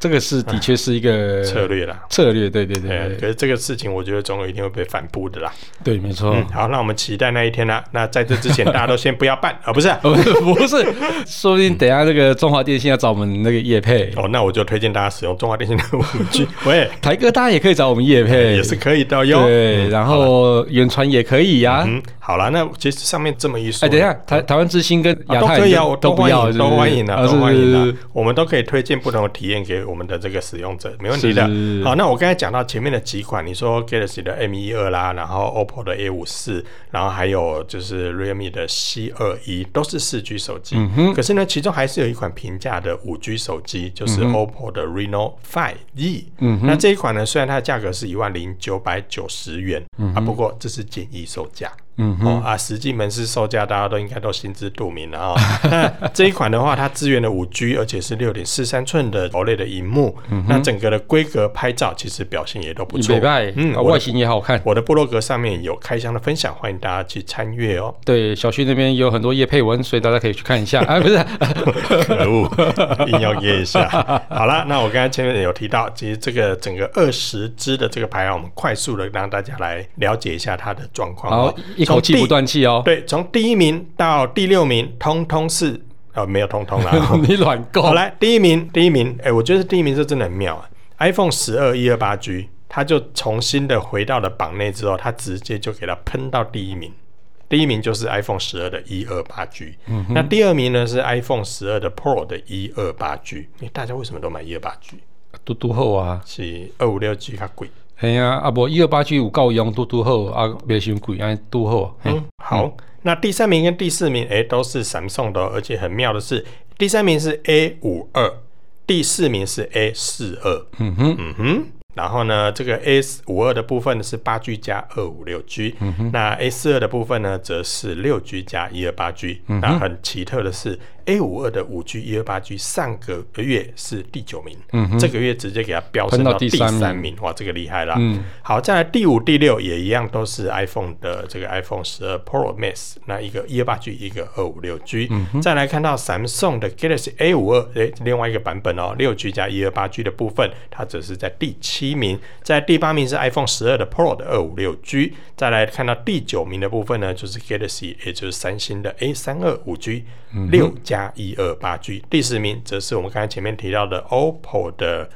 Speaker 1: 这个是的确是一个
Speaker 2: 策略啦。
Speaker 1: 策略，对对
Speaker 2: 对啊，
Speaker 1: 对
Speaker 2: 可是这个事情，我觉得总有一天会被反扑的啦。
Speaker 1: 对，没错。
Speaker 2: 嗯，好，那我们期待那一天啦、那在这之前，大家都先不要 办啊，不是啊、
Speaker 1: 哦， 不是，说不定等一下那个中华电信要找我们那个叶配，
Speaker 2: 哦，那我就推荐大家使用中华电信的五 G，喂，
Speaker 1: 台哥大家也可以找我们叶配，
Speaker 2: 哎也是可以的哟。
Speaker 1: 对，
Speaker 2: 嗯
Speaker 1: 然
Speaker 2: 好啦
Speaker 1: 后远传也可以呀。
Speaker 2: 嗯，好啦，那其实上面这么一说，
Speaker 1: 哎，等一下，台台湾之星跟
Speaker 2: 啊
Speaker 1: 亚
Speaker 2: 都
Speaker 1: 太
Speaker 2: 可以啊，我
Speaker 1: 都不
Speaker 2: 欢
Speaker 1: 要，
Speaker 2: 迎，都欢迎啊，
Speaker 1: 啊，
Speaker 2: 都欢迎
Speaker 1: 是
Speaker 2: 啊，我们都可以推荐不同的体验给我们的这个使用者，没问题的
Speaker 1: 是是。是
Speaker 2: 好，那我刚才讲到前面的几款，你说 Galaxy 的 M 一二啦，然后 OPPO 的 A 五四，然后还有就是 Realme 的 C 二一，都是四 G 手机。可是呢，其中还是有一款平价的五 G 手机，就是 OPPO 的 Reno Five E。嗯，那这一款呢，虽然它的价格是一万零九百九十元啊，不过这是简易售价。嗯哦啊，实际门市售价大家都应该都心知肚明了啊、 那这一款的话，它支援了五 G，而且是六点四三寸的 OLED 的荧幕，那整个的规格拍照其实表现也都不错
Speaker 1: 北。拜，
Speaker 2: 嗯
Speaker 1: 啊
Speaker 2: 我的
Speaker 1: 外形也好看。
Speaker 2: 我的部落格上面有开箱的分享，欢迎大家去参阅哦。
Speaker 1: 对，小旭那边有很多叶配文，所以大家可以去看 一下。啊，不是，
Speaker 2: 可恶， 硬要噎一下。好啦，那我刚才前面有提到，其实这个整个二十支的这个啊排行，我们快速的让大家来了解一下它的状况
Speaker 1: 好
Speaker 2: 哦。，
Speaker 1: 一口气
Speaker 2: 从第
Speaker 1: 不断气哦。
Speaker 2: 对，从第一名到第六名，通通是呃没有通 通啦。
Speaker 1: 你软购。
Speaker 2: 好，来第一名，第一名，哎、我觉得第一名是真的很妙啊！iPhone 十二一二八 G，它就重新的回到了榜内之后，它直接就给它喷到第一名。第一名就是 iPhone 十二的一二八 G，那第二名呢是 iPhone 十二的 Pro 的一二八 G。哎大家为什么都买一二八 G？
Speaker 1: 嘟嘟后啊，
Speaker 2: 是二五六 G 它贵。
Speaker 1: 系啊，啊无一二八 G 有够用，嘟嘟好啊，袂伤贵，安尼嘟好。嘿
Speaker 2: 嗯，好，那第三名跟第四名，哎、都是 Samsung 的哦，而且很妙的是，第三名是 A 五二，第四名是 A 四二。
Speaker 1: 嗯哼，
Speaker 2: 嗯哼。然后呢，这个 A 五二的部分是八 G 加二五六 G，、那
Speaker 1: 嗯
Speaker 2: A 四二的部分呢，则是六 G 加一二八 G。那
Speaker 1: 嗯
Speaker 2: 很奇特的是，A 五二的五 G 一二八 G 上个月是第九名，这个月直接给它飙升
Speaker 1: 嗯喷到
Speaker 2: 到第
Speaker 1: 第
Speaker 2: 三
Speaker 1: 三
Speaker 2: 名，
Speaker 1: 名
Speaker 2: 哇，这个厉害啦。好，再来第五、第六也一样，都是 iPhone 的这个 iPhone 十二 Pro Max，那一个一二八 G，一个二五六 G。再来看到 Samsung 的 Galaxy A 五二，诶，另外一个版本哦，六 G 加一二八 G 的部分，它只是在第七名，在第八名是 iPhone 十二的 Pro 的二五六 G。再来看到第九名的部分呢，就是 Galaxy，也就是三星的 A 三二五 G，六加一二八 G。第十名则是我们刚才前面提到的 OPPO 的。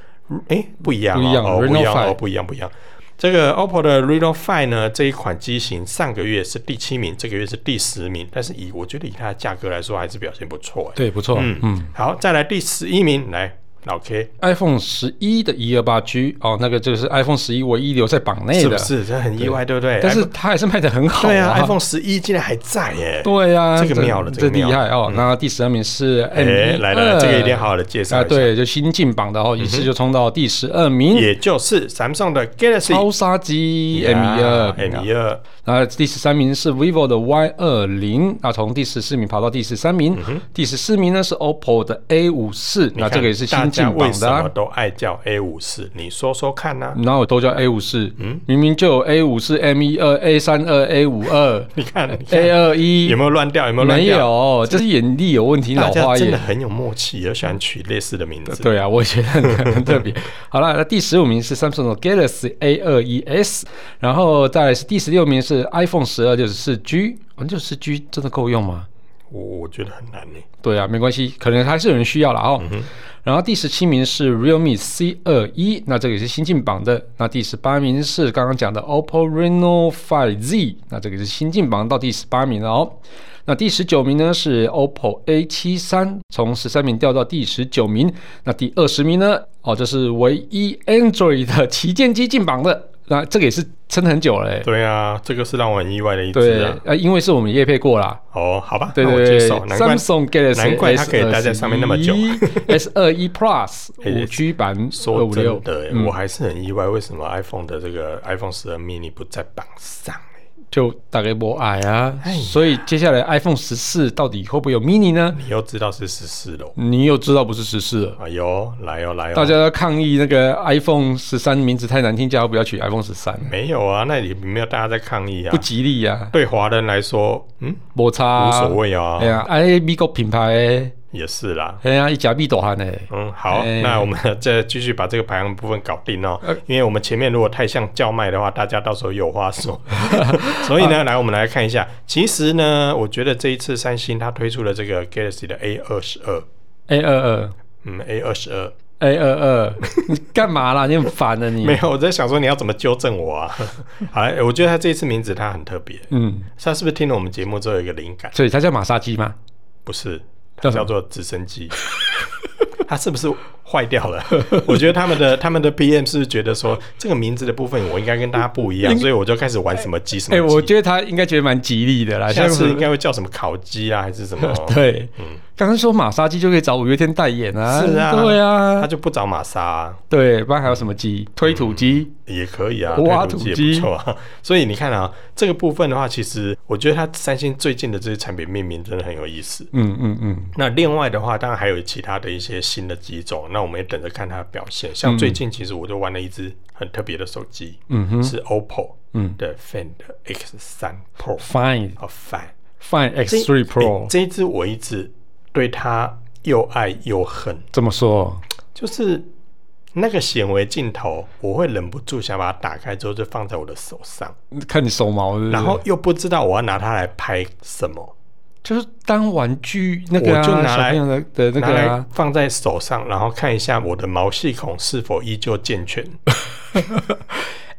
Speaker 2: 哎，不一样、哦，
Speaker 1: 不一样
Speaker 2: 哦，不一
Speaker 1: Reno
Speaker 2: 样哦
Speaker 1: five，
Speaker 2: 不一样，不一样。这个 OPPO 的 Reno Five 呢，这一款机型上个月是第七名，这个月是第十名，但是以我觉得以它的价格来说，还是表现不错。哎，
Speaker 1: 对，不错。
Speaker 2: 嗯嗯，好，再来第十一名，来老 K，
Speaker 1: iPhone 十一的一二八 G 哦，那个就是 iPhone 十一唯一留在榜内
Speaker 2: 是不
Speaker 1: 的，
Speaker 2: 是？这很意外，对不对？
Speaker 1: 但是
Speaker 2: iPhone-
Speaker 1: 它还是卖的很好、
Speaker 2: 对啊，iPhone 十一竟然还在耶。
Speaker 1: 对啊，
Speaker 2: 这个妙了
Speaker 1: 这
Speaker 2: 这
Speaker 1: 厉
Speaker 2: 个妙
Speaker 1: 害哦。那第十二名是 M
Speaker 2: 哎，
Speaker 1: 一
Speaker 2: 来来来，这个一定要好好的介绍
Speaker 1: 啊，
Speaker 2: 一下。，嗯
Speaker 1: 对，就新进榜的哦，一次就冲到第十二名，
Speaker 2: 也就是 Samsung 的 Galaxy
Speaker 1: 超杀机 M 一二
Speaker 2: M 一二，
Speaker 1: 然后第十三名是 vivo 的 Y 二零，啊，从第十四名跑到第十三名。
Speaker 2: 嗯
Speaker 1: 第十四名呢是 OPPO 的 A 五四，那啊这个也是新进
Speaker 2: 大家为
Speaker 1: 榜
Speaker 2: 什
Speaker 1: 的、
Speaker 2: 么
Speaker 1: 啊。嗯
Speaker 2: 都爱叫 A 五四？你说说看啊呢？
Speaker 1: 然后我都叫 A 五四，
Speaker 2: 嗯
Speaker 1: 明明就有 A 五四、M 一二、A 三二、A 五二、
Speaker 2: 你看，你看
Speaker 1: A 二一
Speaker 2: 有，没有乱掉？有没有乱
Speaker 1: 哎没
Speaker 2: 掉？
Speaker 1: 有，这是眼力有问题，
Speaker 2: 大
Speaker 1: 老
Speaker 2: 家
Speaker 1: 花
Speaker 2: 真的
Speaker 1: 眼。
Speaker 2: 很有默契，也喜欢取类似的名字。
Speaker 1: 对啊，我也觉得很很特别。好了，那第十五名是 Samsung 的 Galaxy A 二一 S，然后再来是第十六名是 iPhone 十二六十四 G，六十四 G 真的够用吗？
Speaker 2: 我我觉得很难欸呢。
Speaker 1: 对啊，没关系，可能还是有人需要了哦。
Speaker 2: 嗯
Speaker 1: 然后第十七名是 Realme C 二一，那这个也是新进榜的。那第十八名是刚刚讲的 OPPO Reno 5 Z，那这个也是新进榜到第十八名了哦。那第十九名呢是 OPPO A 七三，从十三名掉到第十九名。那第二十名呢？哦，这是唯一 Android 的旗舰机进榜的。那这个也是撑很久了、欸，
Speaker 2: 对啊，这个是让我很意外的一
Speaker 1: 对
Speaker 2: 支啊。，
Speaker 1: 呃，因为是我们业配过啦，
Speaker 2: 哦，好吧，
Speaker 1: 对
Speaker 2: 那
Speaker 1: 对
Speaker 2: 我
Speaker 1: 对
Speaker 2: 接受。难怪
Speaker 1: ，Samsung Galaxy
Speaker 2: 难怪它可以待在上面那 么久。
Speaker 1: S 二 一 Plus
Speaker 2: 哎
Speaker 1: 五 G 版二
Speaker 2: 说
Speaker 1: 五六嗯
Speaker 2: 真，的，欸我还是很意外，为什么 iPhone 的这个 iPhone 十二 mini 不在榜上？欸
Speaker 1: 就大概不矮啊
Speaker 2: 哎。呀
Speaker 1: 所以接下来 iPhone 十四到底会不会有 mini 呢？
Speaker 2: 你又知道是十四喽？
Speaker 1: 你又知道不是十四了。
Speaker 2: 哎呦，来哦来哦，
Speaker 1: 嗯大家要抗议那个 iPhone 十三名字太难听，叫他不要取 iPhone 十三，
Speaker 2: 没有啊？那也没有大家在抗议啊
Speaker 1: 不。吉利呀、啊，
Speaker 2: 对华人来说，嗯，
Speaker 1: 摩擦、
Speaker 2: 无所。谓啊
Speaker 1: 哎哎。呀，哎，美国品牌的
Speaker 2: 也是啦。
Speaker 1: 哎呀，一假币抖汗呢。
Speaker 2: 嗯，好，
Speaker 1: 哎
Speaker 2: 那我们再继续把这个排行部分搞定哦
Speaker 1: 呃，
Speaker 2: 因为我们前面如果太像叫卖的话，大家到时候有话 说。所以呢，来我们来看一下，其实呢，我觉得这一次三星它推出了这个 Galaxy 的 A 二十二，
Speaker 1: A 二二
Speaker 2: 嗯，A 二十二，
Speaker 1: A 二二， 你干嘛啦？你很烦啊你。
Speaker 2: 没有，我在想说你要怎么纠正我啊？ 好，我觉得他这一次名字他很特别，
Speaker 1: 嗯，
Speaker 2: 他是不是听了我们节目之后有一个灵感？
Speaker 1: 所以它叫马杀鸡吗？
Speaker 2: 不是，它
Speaker 1: 叫什
Speaker 2: 叫
Speaker 1: 么
Speaker 2: 做直升机。 它是不是坏掉了？ 我觉得他们 的他们的 PM 是不是觉得说这个名字的部分我应该跟大家不一样，所以我就开始玩什么机什
Speaker 1: 哎、
Speaker 2: 么机。
Speaker 1: 我觉得他应该觉得蛮吉利的啦。
Speaker 2: 下次
Speaker 1: 像，
Speaker 2: 应该会叫什么烤鸡啊，还是什么？
Speaker 1: 对，
Speaker 2: 嗯，
Speaker 1: 刚刚说马杀鸡就可以找五月天代言啊。
Speaker 2: 是啊
Speaker 1: 对
Speaker 2: 他
Speaker 1: 啊，
Speaker 2: 就不找玛莎、啊。
Speaker 1: 对，不然还有什么鸡？推土机、
Speaker 2: 也可以啊，
Speaker 1: 挖
Speaker 2: 推
Speaker 1: 土
Speaker 2: 土机也
Speaker 1: 机
Speaker 2: 不错啊。所以你看啊，这个部分的话，其实我觉得它三星最近的这些产品命名真的很有意思。
Speaker 1: 嗯嗯嗯，
Speaker 2: 那另外的话，当然还有其他的一些新的机种，那我们也等着看它的表现。像
Speaker 1: 嗯
Speaker 2: 最近其实我就玩了一只很特别的手机，嗯哼，是 OPPO
Speaker 1: 嗯
Speaker 2: 的 Find X 三 Pro，
Speaker 1: ，Fine 哎
Speaker 2: 好烦。
Speaker 1: Fine
Speaker 2: 这
Speaker 1: X3
Speaker 2: 诶
Speaker 1: Pro
Speaker 2: 这一只我一直对它又爱又恨，
Speaker 1: 怎么说？
Speaker 2: 就是那个显微镜头，我会忍不住想把它打开之后就放在我的手上，
Speaker 1: 看你手毛是不是
Speaker 2: 然后又不知道我要拿它来拍什么。
Speaker 1: 就是当玩具那个啊，
Speaker 2: 我就拿来
Speaker 1: 小朋友的的那
Speaker 2: 拿
Speaker 1: 个
Speaker 2: 来
Speaker 1: 啊，
Speaker 2: 放在手上，然后看一下我的毛细孔是否依旧健全。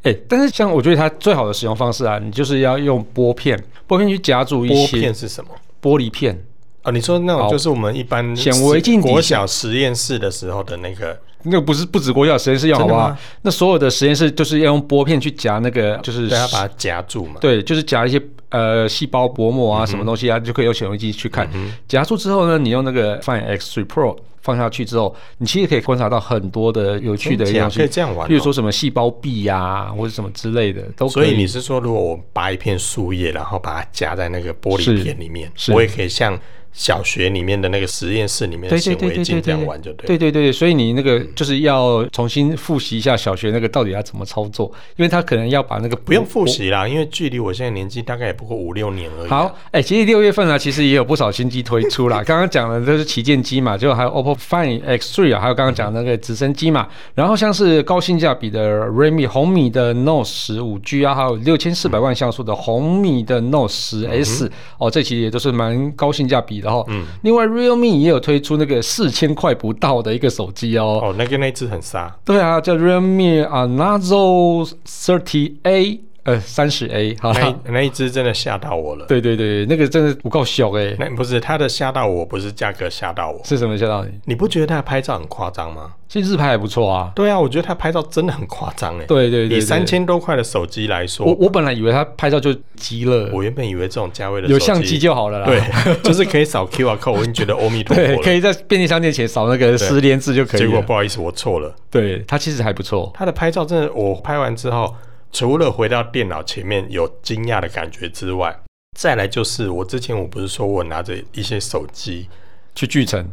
Speaker 1: 哎、但是像我觉得它最好的使用方式啊，你就是要用拨片，拨片去夹住一
Speaker 2: 玻
Speaker 1: 些
Speaker 2: 片是什么？
Speaker 1: 玻璃片，
Speaker 2: 哦，你说那种
Speaker 1: 好
Speaker 2: 就是我们一般
Speaker 1: 显微镜底下
Speaker 2: 国小实验室的时候的那个，
Speaker 1: 那个不是不止国小实验室用好
Speaker 2: 真的
Speaker 1: 不
Speaker 2: 吗
Speaker 1: 好？那所有的实验室就是要用拨片去夹那个，就是
Speaker 2: 对，要把它夹住嘛。
Speaker 1: 对，就是夹一些呃细胞薄膜
Speaker 2: 嗯
Speaker 1: 啊、什么东西啊，就可以用显微镜去看。夹住之后呢，你用那个 Fine X3 Pro 放下去之后，你其实可以观察到很多的有趣的
Speaker 2: 真假
Speaker 1: 东西，
Speaker 2: 可以这样玩哦
Speaker 1: 比如说什么细胞壁呀、或者什么之类的都可
Speaker 2: 所以你是说，如果我拔一片树叶，然后把它夹在那个玻璃
Speaker 1: 是
Speaker 2: 片里面，
Speaker 1: 是
Speaker 2: 我也可以像小学里面的那个实验室里面的
Speaker 1: 对
Speaker 2: 显
Speaker 1: 对对
Speaker 2: 微
Speaker 1: 对
Speaker 2: 镜
Speaker 1: 对
Speaker 2: 这样
Speaker 1: 对
Speaker 2: 玩就对了。
Speaker 1: 对对对，所以你那个就是要重新复习一下小学那个到底要怎么操作，因为他可能要把那个
Speaker 2: 不用复习啦，因为距离我现在年纪大概也不过五六年而已。
Speaker 1: 好，哎、其实六月份呢、其实也有不少新机推出啦。 刚刚讲的都是旗舰机嘛，就还有 OPPO Find X3 啊，还有刚刚讲的那个直升机嘛。然后像是高性价比的 Redmi 红米的 Note 十五 G 啊，还有六千四百万像素的红米的 Note 十 S、哦，这其实也都是蛮高性价比的哦。嗯。另外 Realme 也有推出那个四千块不到的一个手机哦。
Speaker 2: 哦，那个那只很沙，
Speaker 1: 对啊，叫 Realme Anazo 30 A，呃，三十 A 哈 哈。
Speaker 2: 那那一只真的吓到我了。
Speaker 1: 对对对，那个真的不够小哎、
Speaker 2: 那不是它的吓到我，不是价格吓到我。
Speaker 1: 是什么吓到你？
Speaker 2: 你不觉得它拍照很夸张吗？
Speaker 1: 其实日拍还不错啊。
Speaker 2: 对啊，我觉得它拍照真的很夸张哎。
Speaker 1: 对对对对
Speaker 2: 以三千多块的手机来说，
Speaker 1: 我
Speaker 2: 我
Speaker 1: 我本来以为他拍照就极了，
Speaker 2: 原本以为这种价位的
Speaker 1: 有
Speaker 2: 手
Speaker 1: 相机就好了啦。
Speaker 2: 对， 就是可以扫 QR code，我已经觉得阿弥陀佛
Speaker 1: 对，可
Speaker 2: 了。
Speaker 1: 以在便利商店前扫那个十连字就可以
Speaker 2: 结
Speaker 1: 了。
Speaker 2: 果不好意思，我错了。
Speaker 1: 对它其实还不错。
Speaker 2: 它的拍照真的，我拍完之后，除了回到电脑前面有惊讶的感觉之外，再来就是我之前我不是说我拿着一些手机，
Speaker 1: 去巨城，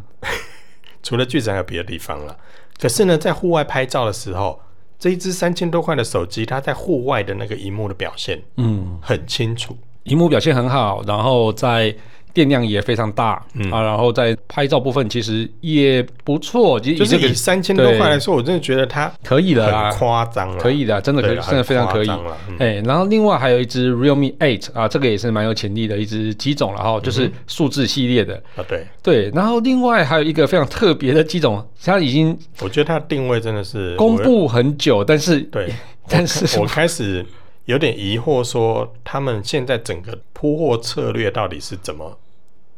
Speaker 2: 除了剧展还有别的地方了。可是呢，在户外拍照的时候，这一只三千多块的手机，它在户外的那个荧幕的表现
Speaker 1: 嗯，
Speaker 2: 很清楚。
Speaker 1: 荧幕表现很好，然后在电量也非常大、
Speaker 2: 嗯
Speaker 1: 啊，然后在拍照部分其实也不错，其实
Speaker 2: 就
Speaker 1: 以
Speaker 2: 是
Speaker 1: 这个
Speaker 2: 以三千多块来说，我真的觉得它
Speaker 1: 可以了啦
Speaker 2: 很。夸张了，
Speaker 1: 可以的，真的可
Speaker 2: 对
Speaker 1: 以，
Speaker 2: 啦
Speaker 1: 真的非常可以。
Speaker 2: 很
Speaker 1: 哎
Speaker 2: 夸张啦、嗯
Speaker 1: 然后另外还有一只 Realme 8啊，这个也是蛮有潜力的一只机种了
Speaker 2: 嗯
Speaker 1: 哈，就是数字系列的。
Speaker 2: 啊！对，
Speaker 1: 对，然后另外还有一个非常特别的机种，它已经
Speaker 2: 我觉得它的定位真的是
Speaker 1: 公
Speaker 2: 我。
Speaker 1: 布很久，但是
Speaker 2: 对，
Speaker 1: 但 是
Speaker 2: 我开始有点疑惑，说他们现在整个铺货策略到底是怎么？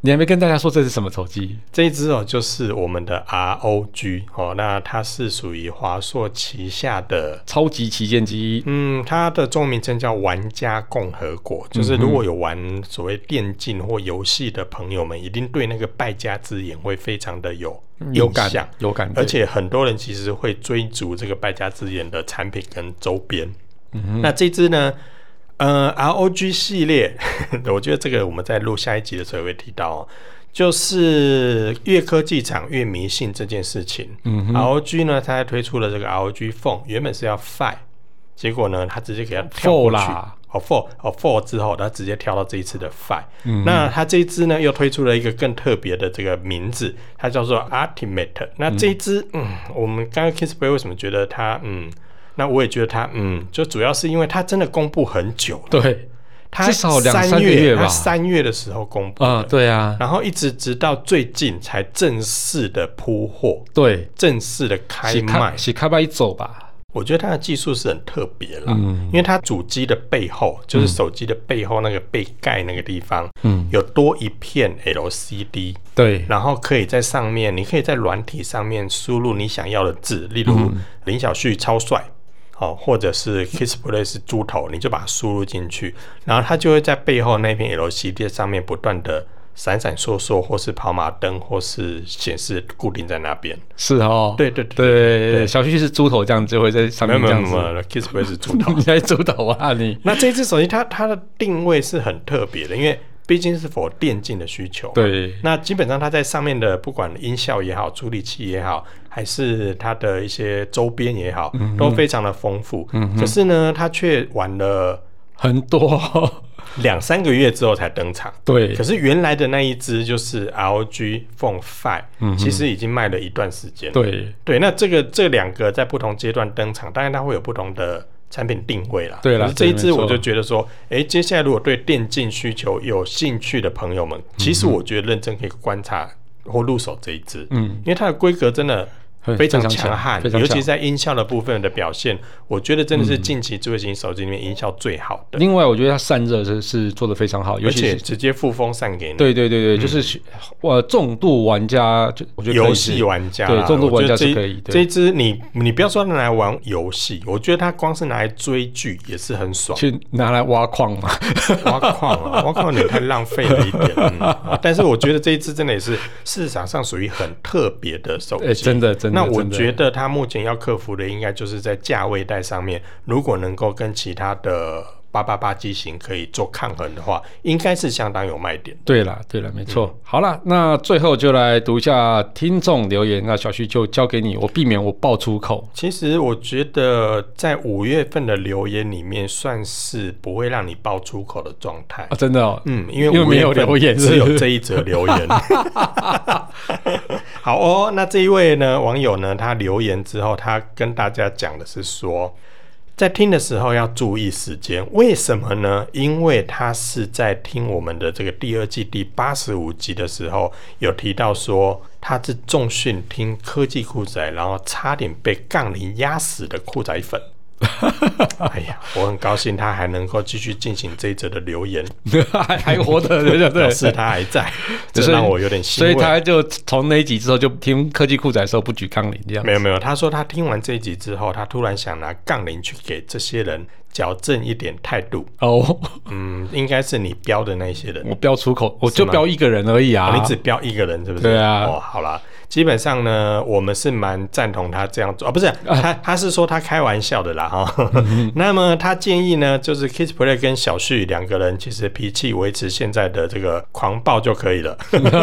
Speaker 1: 你还没跟大家说这是什么手机？
Speaker 2: 这一只哦，就是我们的 ROG 哦，那它是属于华硕旗下的
Speaker 1: 超级旗舰机，
Speaker 2: 嗯，它的中文名称叫玩家共和国，
Speaker 1: 嗯
Speaker 2: 就是如果有玩所谓电竞或游戏的朋友们，一定对那个败家之眼会非常的有
Speaker 1: 有
Speaker 2: 印
Speaker 1: 感
Speaker 2: 象。
Speaker 1: 有感，
Speaker 2: 嗯而且很多人其实会追逐这个败家之眼的产品跟周边。
Speaker 1: 嗯
Speaker 2: 那这支呢，呃，ROG 系列， 我觉得这个我们在录下一集的时候也会提到、哦，就是越科技厂越迷信这件事情。ROG
Speaker 1: 嗯
Speaker 2: 呢，它还推出了这个 ROG Phone，原本是要 Five，结果呢，它直接给它跳
Speaker 1: Fold
Speaker 2: 过去
Speaker 1: 啦，
Speaker 2: of four of four 哦之后，它直接跳到这一次的 five。那
Speaker 1: 嗯
Speaker 2: 它这一支呢，又推出了一个更特别的这个名字，它叫做 Ultimate。那这一支，嗯，我们刚刚 Kingspray 为什么觉得它，嗯，那我也觉得它，嗯，就主要是因为它真的公布很久了，
Speaker 1: 对，
Speaker 2: 它
Speaker 1: 至少两
Speaker 2: 三
Speaker 1: 三个月吧
Speaker 2: 它三月的时候公布的，
Speaker 1: 啊，对啊，
Speaker 2: 然后一直直到最近才正式的铺货，
Speaker 1: 对，
Speaker 2: 正式的开
Speaker 1: 洗
Speaker 2: 卖
Speaker 1: 卡。洗卡吧一走吧，
Speaker 2: 我觉得它的技术是很特别啦，
Speaker 1: 嗯
Speaker 2: 因为它主机的背后，就是手机的背后那个背盖那个地方，
Speaker 1: 嗯
Speaker 2: 有多一片 LCD，
Speaker 1: 对，
Speaker 2: 然后可以在上面，你可以在软体上面输入你想要的字，例如
Speaker 1: 嗯
Speaker 2: 林小旭超帅。哦，或者是 Kissplay 是猪头，你就把它输入进去，然后它就会在背后那片 LCD 上面不断的闪闪烁烁，或是跑马灯，或是显示固定在那边。
Speaker 1: 是哦，
Speaker 2: 对对对
Speaker 1: 对对对，小旭是猪头这样，就会在上
Speaker 2: 没有
Speaker 1: 面嗯
Speaker 2: 没
Speaker 1: 这
Speaker 2: 有
Speaker 1: 样子
Speaker 2: 没。有，Kissplay 是猪头
Speaker 1: 你。在猪头啊你？
Speaker 2: 那这只手机它它的定位是很特别的，因为毕竟是否电竞的需求。。
Speaker 1: 对，
Speaker 2: 那基本上它在上面的，不管音效也好，处理器也好，还是它的一些周边也好，
Speaker 1: 嗯
Speaker 2: 都非常的丰富。可是呢，它却晚了
Speaker 1: 很多，
Speaker 2: 两三个月之后才登场。
Speaker 1: 对
Speaker 2: 可，是原来的那一只就是 ROG Phone Five，、其
Speaker 1: 嗯
Speaker 2: 实已经卖了一段时间了。
Speaker 1: 对，
Speaker 2: 对，那这个这两个在不同阶段登场，当然它会有不同的产品定位啦。
Speaker 1: 对啦
Speaker 2: 可是这一
Speaker 1: 对
Speaker 2: 支
Speaker 1: 没错
Speaker 2: 我就觉得说，诶，接下来如果对电竞需求有兴趣的朋友
Speaker 1: 嗯
Speaker 2: 们，其实我觉得认真可以观察或入手这一支，
Speaker 1: 嗯，
Speaker 2: 因为它的规格真的。
Speaker 1: 很
Speaker 2: 非常
Speaker 1: 非常
Speaker 2: 强
Speaker 1: 强
Speaker 2: 悍，
Speaker 1: 非常
Speaker 2: 尤其
Speaker 1: 强嗯
Speaker 2: 在音效的部分的表现，我觉得真的是近期智慧型手机里面音效最好的，
Speaker 1: 另外，我觉得它散热是是做的非常好，尤
Speaker 2: 而
Speaker 1: 其
Speaker 2: 且
Speaker 1: 是
Speaker 2: 直接附风散给你。
Speaker 1: 对对对对，就是呃重度玩家，就我觉得可以
Speaker 2: 游戏
Speaker 1: 是
Speaker 2: 玩家啦，
Speaker 1: 对重度玩家是
Speaker 2: 我觉得
Speaker 1: 可
Speaker 2: 这
Speaker 1: 以对
Speaker 2: 这一支你你不要说拿来玩游戏，我觉得它光是拿来追剧也是 很爽。
Speaker 1: 去拿来挖矿嘛，
Speaker 2: 挖矿啊，挖矿你太浪费了一点。嗯 啊但是我觉得这一支真的也是市场上属于很特别的手
Speaker 1: 哎，
Speaker 2: 机。
Speaker 1: 真的真的，
Speaker 2: 那我
Speaker 1: 真的
Speaker 2: 觉得它目前要克服的，应该就是在价位带上面，如果能够跟其他的八八八机型可以做抗衡的话，应该是相当有卖点。
Speaker 1: 对了对了，没错。
Speaker 2: 嗯
Speaker 1: 好了，那最后就来读一下听众留言，那小旭就交给你，我避免我爆粗口。
Speaker 2: 其实我觉得在五月份的留言里面，算是不会让你爆粗口的状态。
Speaker 1: 啊，真的哦，
Speaker 2: 嗯，因为
Speaker 1: 因为
Speaker 2: 五月
Speaker 1: 没有
Speaker 2: 份
Speaker 1: 留言
Speaker 2: 只
Speaker 1: 是不
Speaker 2: 有
Speaker 1: 是
Speaker 2: 这一则留言。 好哦，那这一位呢网友呢，他留言之后，他跟大家讲的是说，在听的时候要注意时间，为什么呢？因为他是在听我们的这个第二季第八十五集的时候，有提到说他是重训听科技酷宅，然后差点被杠铃压死的酷宅 粉。哎呀，我很高兴他还能够继续进行这一则的留言，
Speaker 1: 还还活着，对 对
Speaker 2: 表
Speaker 1: 对，
Speaker 2: 示他还 在，这
Speaker 1: 所以
Speaker 2: 让我有点欣
Speaker 1: 所
Speaker 2: 慰。
Speaker 1: 以他就从那一集之后就听科技酷仔的时候不举杠铃这样。
Speaker 2: 没有没有，他说他听完这一集之后，他突然想拿杠铃去给这些人矫正一点态度。
Speaker 1: 哦，
Speaker 2: 嗯，应该是你标的那些人。
Speaker 1: 我标出口，我
Speaker 2: 是
Speaker 1: 就
Speaker 2: 吗
Speaker 1: 标一个人而已
Speaker 2: 哦
Speaker 1: 啊。
Speaker 2: 你只标一个人是不是？
Speaker 1: 对啊
Speaker 2: 哦，好啦，基本上呢，我们是蛮赞同他这样做，哦，
Speaker 1: 啊
Speaker 2: 不是，他他是说他开玩笑的啦哈。
Speaker 1: 嗯
Speaker 2: 那么他建议呢，就是 Kiss Play 跟小旭两个人其实脾气维持现在的这个狂暴就可以了。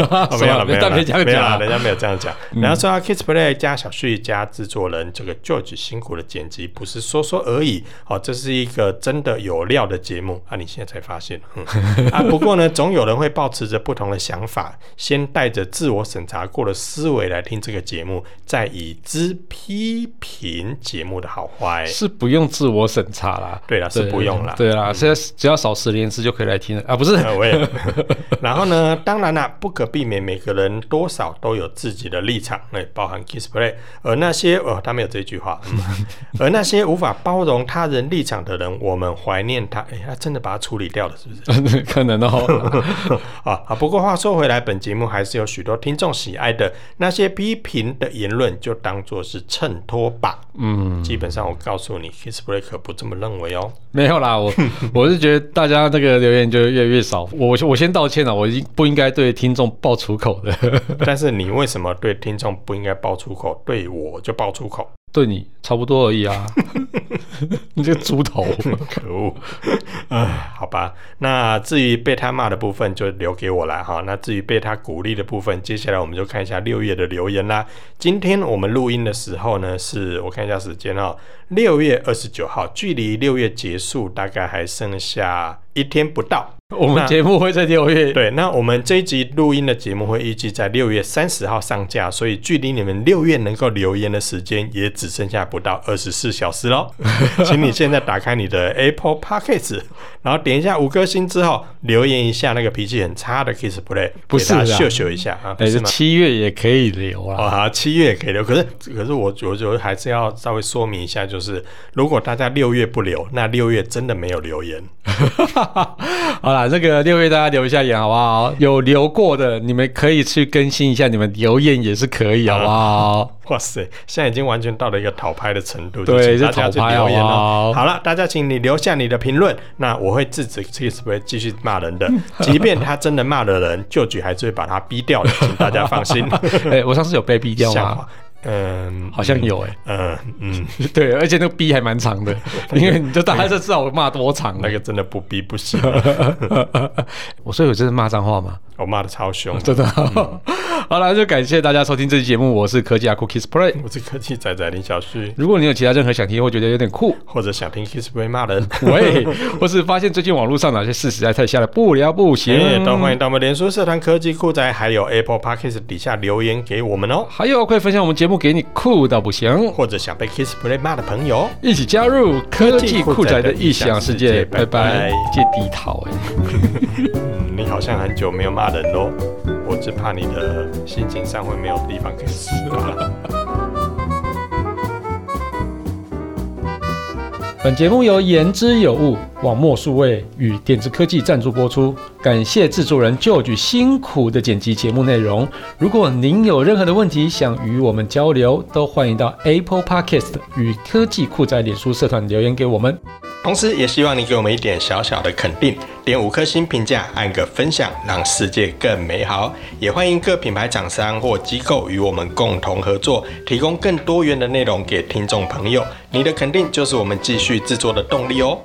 Speaker 1: 啊
Speaker 2: 哦没有了，没有了，
Speaker 1: 但没这样
Speaker 2: 没有
Speaker 1: 讲
Speaker 2: 啦
Speaker 1: 啊
Speaker 2: 人家没有这样讲。然后说到 Kiss Play 加小旭加制作人这个 George 辛苦的剪辑，不是说说而已。哦，这是一个真的有料的节目啊！你现在才发现，嗯啊，不过呢， 总有人会保持着不同的想法，先带着自我审查过的思维来听这个节目，再以之批评节目的好坏。
Speaker 1: 是不用自我审查啦。
Speaker 2: 对啦，是不用啦。嗯
Speaker 1: 对啦，现在只要少十连字就可以来听了啊，不是？
Speaker 2: 呃，我也。然后呢，当然啦、不可避免，每个人多少都有自己的立场，那、包含 Kiss Play。而那些哦，他没有这句话。嗯而那些无法包容他人立场的人，我们怀念他。哎，他真的把他处理掉了，是不 是？
Speaker 1: 可能哦。
Speaker 2: 啊啊！不过话说回来，本节目还是有许多听众喜爱的。那些批评的言论，就当做是衬托吧。嗯，基本上我告诉你，Kiss Play 可不这么认为哦。
Speaker 1: 没有啦，我我是觉得大家这个留言就越来越少。我我先道歉了，我已经不应该对听众爆粗口的。
Speaker 2: 但是你为什么对听众不应该爆粗口，对我就爆粗口？
Speaker 1: 对你差不多而已 啊， 你这个猪头。
Speaker 2: 可恶， 唉，哎好吧。那至于被他骂的部分就留给我啦哈。那至于被他鼓励的部分，接下来我们就看一下六月的留言啦。今天我们录音的时候呢，是我看一下时间哦，六月二十九号，距离六月结束大概还剩下一天不到。
Speaker 1: 我们节目会在六月，
Speaker 2: 对，那我们这一集录音的节目会预计在六月三十号上架，所以距离你们六月能够留言的时间也只剩下不到二十四小 时喽。请你现在打开你的 Apple Podcast，然后点一下五颗星之后，留言一下那个脾气很差的 Kiss Play，
Speaker 1: 不是
Speaker 2: 给
Speaker 1: 啦
Speaker 2: 大家秀秀一下啊，不
Speaker 1: 哎，
Speaker 2: 是吗？
Speaker 1: 七月也可以留啊啦。
Speaker 2: 哦，好，七月也可以留，可是可是我我觉得还是要稍微说明一下，就是如果大家六月不留，那六月真的没有留言。
Speaker 1: 好啦，这个六月大家留一下言好不好？有留过的，你们可以去更新一下，你们留言也是可以，好不 好？
Speaker 2: 哇塞，现在已经完全到了一个讨拍的程度，
Speaker 1: 对
Speaker 2: 就请大家去
Speaker 1: 是讨拍
Speaker 2: 留言
Speaker 1: 好
Speaker 2: 哦
Speaker 1: 不好。
Speaker 2: 好了，大家请你留下你的评论，那我会制止 Kiss 不会继续骂 人的，即便他真的骂了人，旧局还是会把他逼掉的，请大家放心。
Speaker 1: 哎、我上 次有被逼掉
Speaker 2: 像
Speaker 1: 吗
Speaker 2: 话？，嗯，
Speaker 1: 好像有哎、
Speaker 2: 嗯 嗯，
Speaker 1: 对，而且那个逼还蛮长的， 因为你就大家就知道我骂多长
Speaker 2: 那
Speaker 1: 了。
Speaker 2: 个真的不逼不行，
Speaker 1: 我所以我真的骂脏话嗯吗？
Speaker 2: 我骂的超凶。
Speaker 1: 真的。 好了，就感谢大家收听这期节目，我是科技阿酷 Kiss Play。
Speaker 2: 我是科技仔仔林小旭，
Speaker 1: 如果你有其他任何想听或觉得有点酷，
Speaker 2: 或者想听 Kiss 不会骂人，
Speaker 1: 喂，或是发现最近网络上哪些事实在太吓了，不聊不行。
Speaker 2: 也哎都欢迎到我们脸书社团科技酷宅，还有 Apple Podcast 底下留言给我们哦，
Speaker 1: 还有可以分享我们节目给你酷到不行，
Speaker 2: 或者想被 Kiss Play 骂的朋友。
Speaker 1: 一起加入科技酷宅的异想世界。拜拜，借低逃哎。
Speaker 2: 嗯，你好像很久没有骂人喽，我只怕你的心情上会没有地方可以抒发。
Speaker 3: 本节目由言之有物、网墨数位与电子科技赞助播出，感谢制作人旧举辛苦的剪辑节目内容。如果您有任何的问题想与我们交流，都欢迎到 Apple Podcast 与科技酷宅脸书社团留言给我们。
Speaker 2: 同时，也希望你给我们一点小小的肯定，点五颗星评价，按个分享，让世界更美好。也欢迎各品牌厂商或机构与我们共同合作，提供更多元的内容给听众朋友。你的肯定就是我们继续制作的动力哦。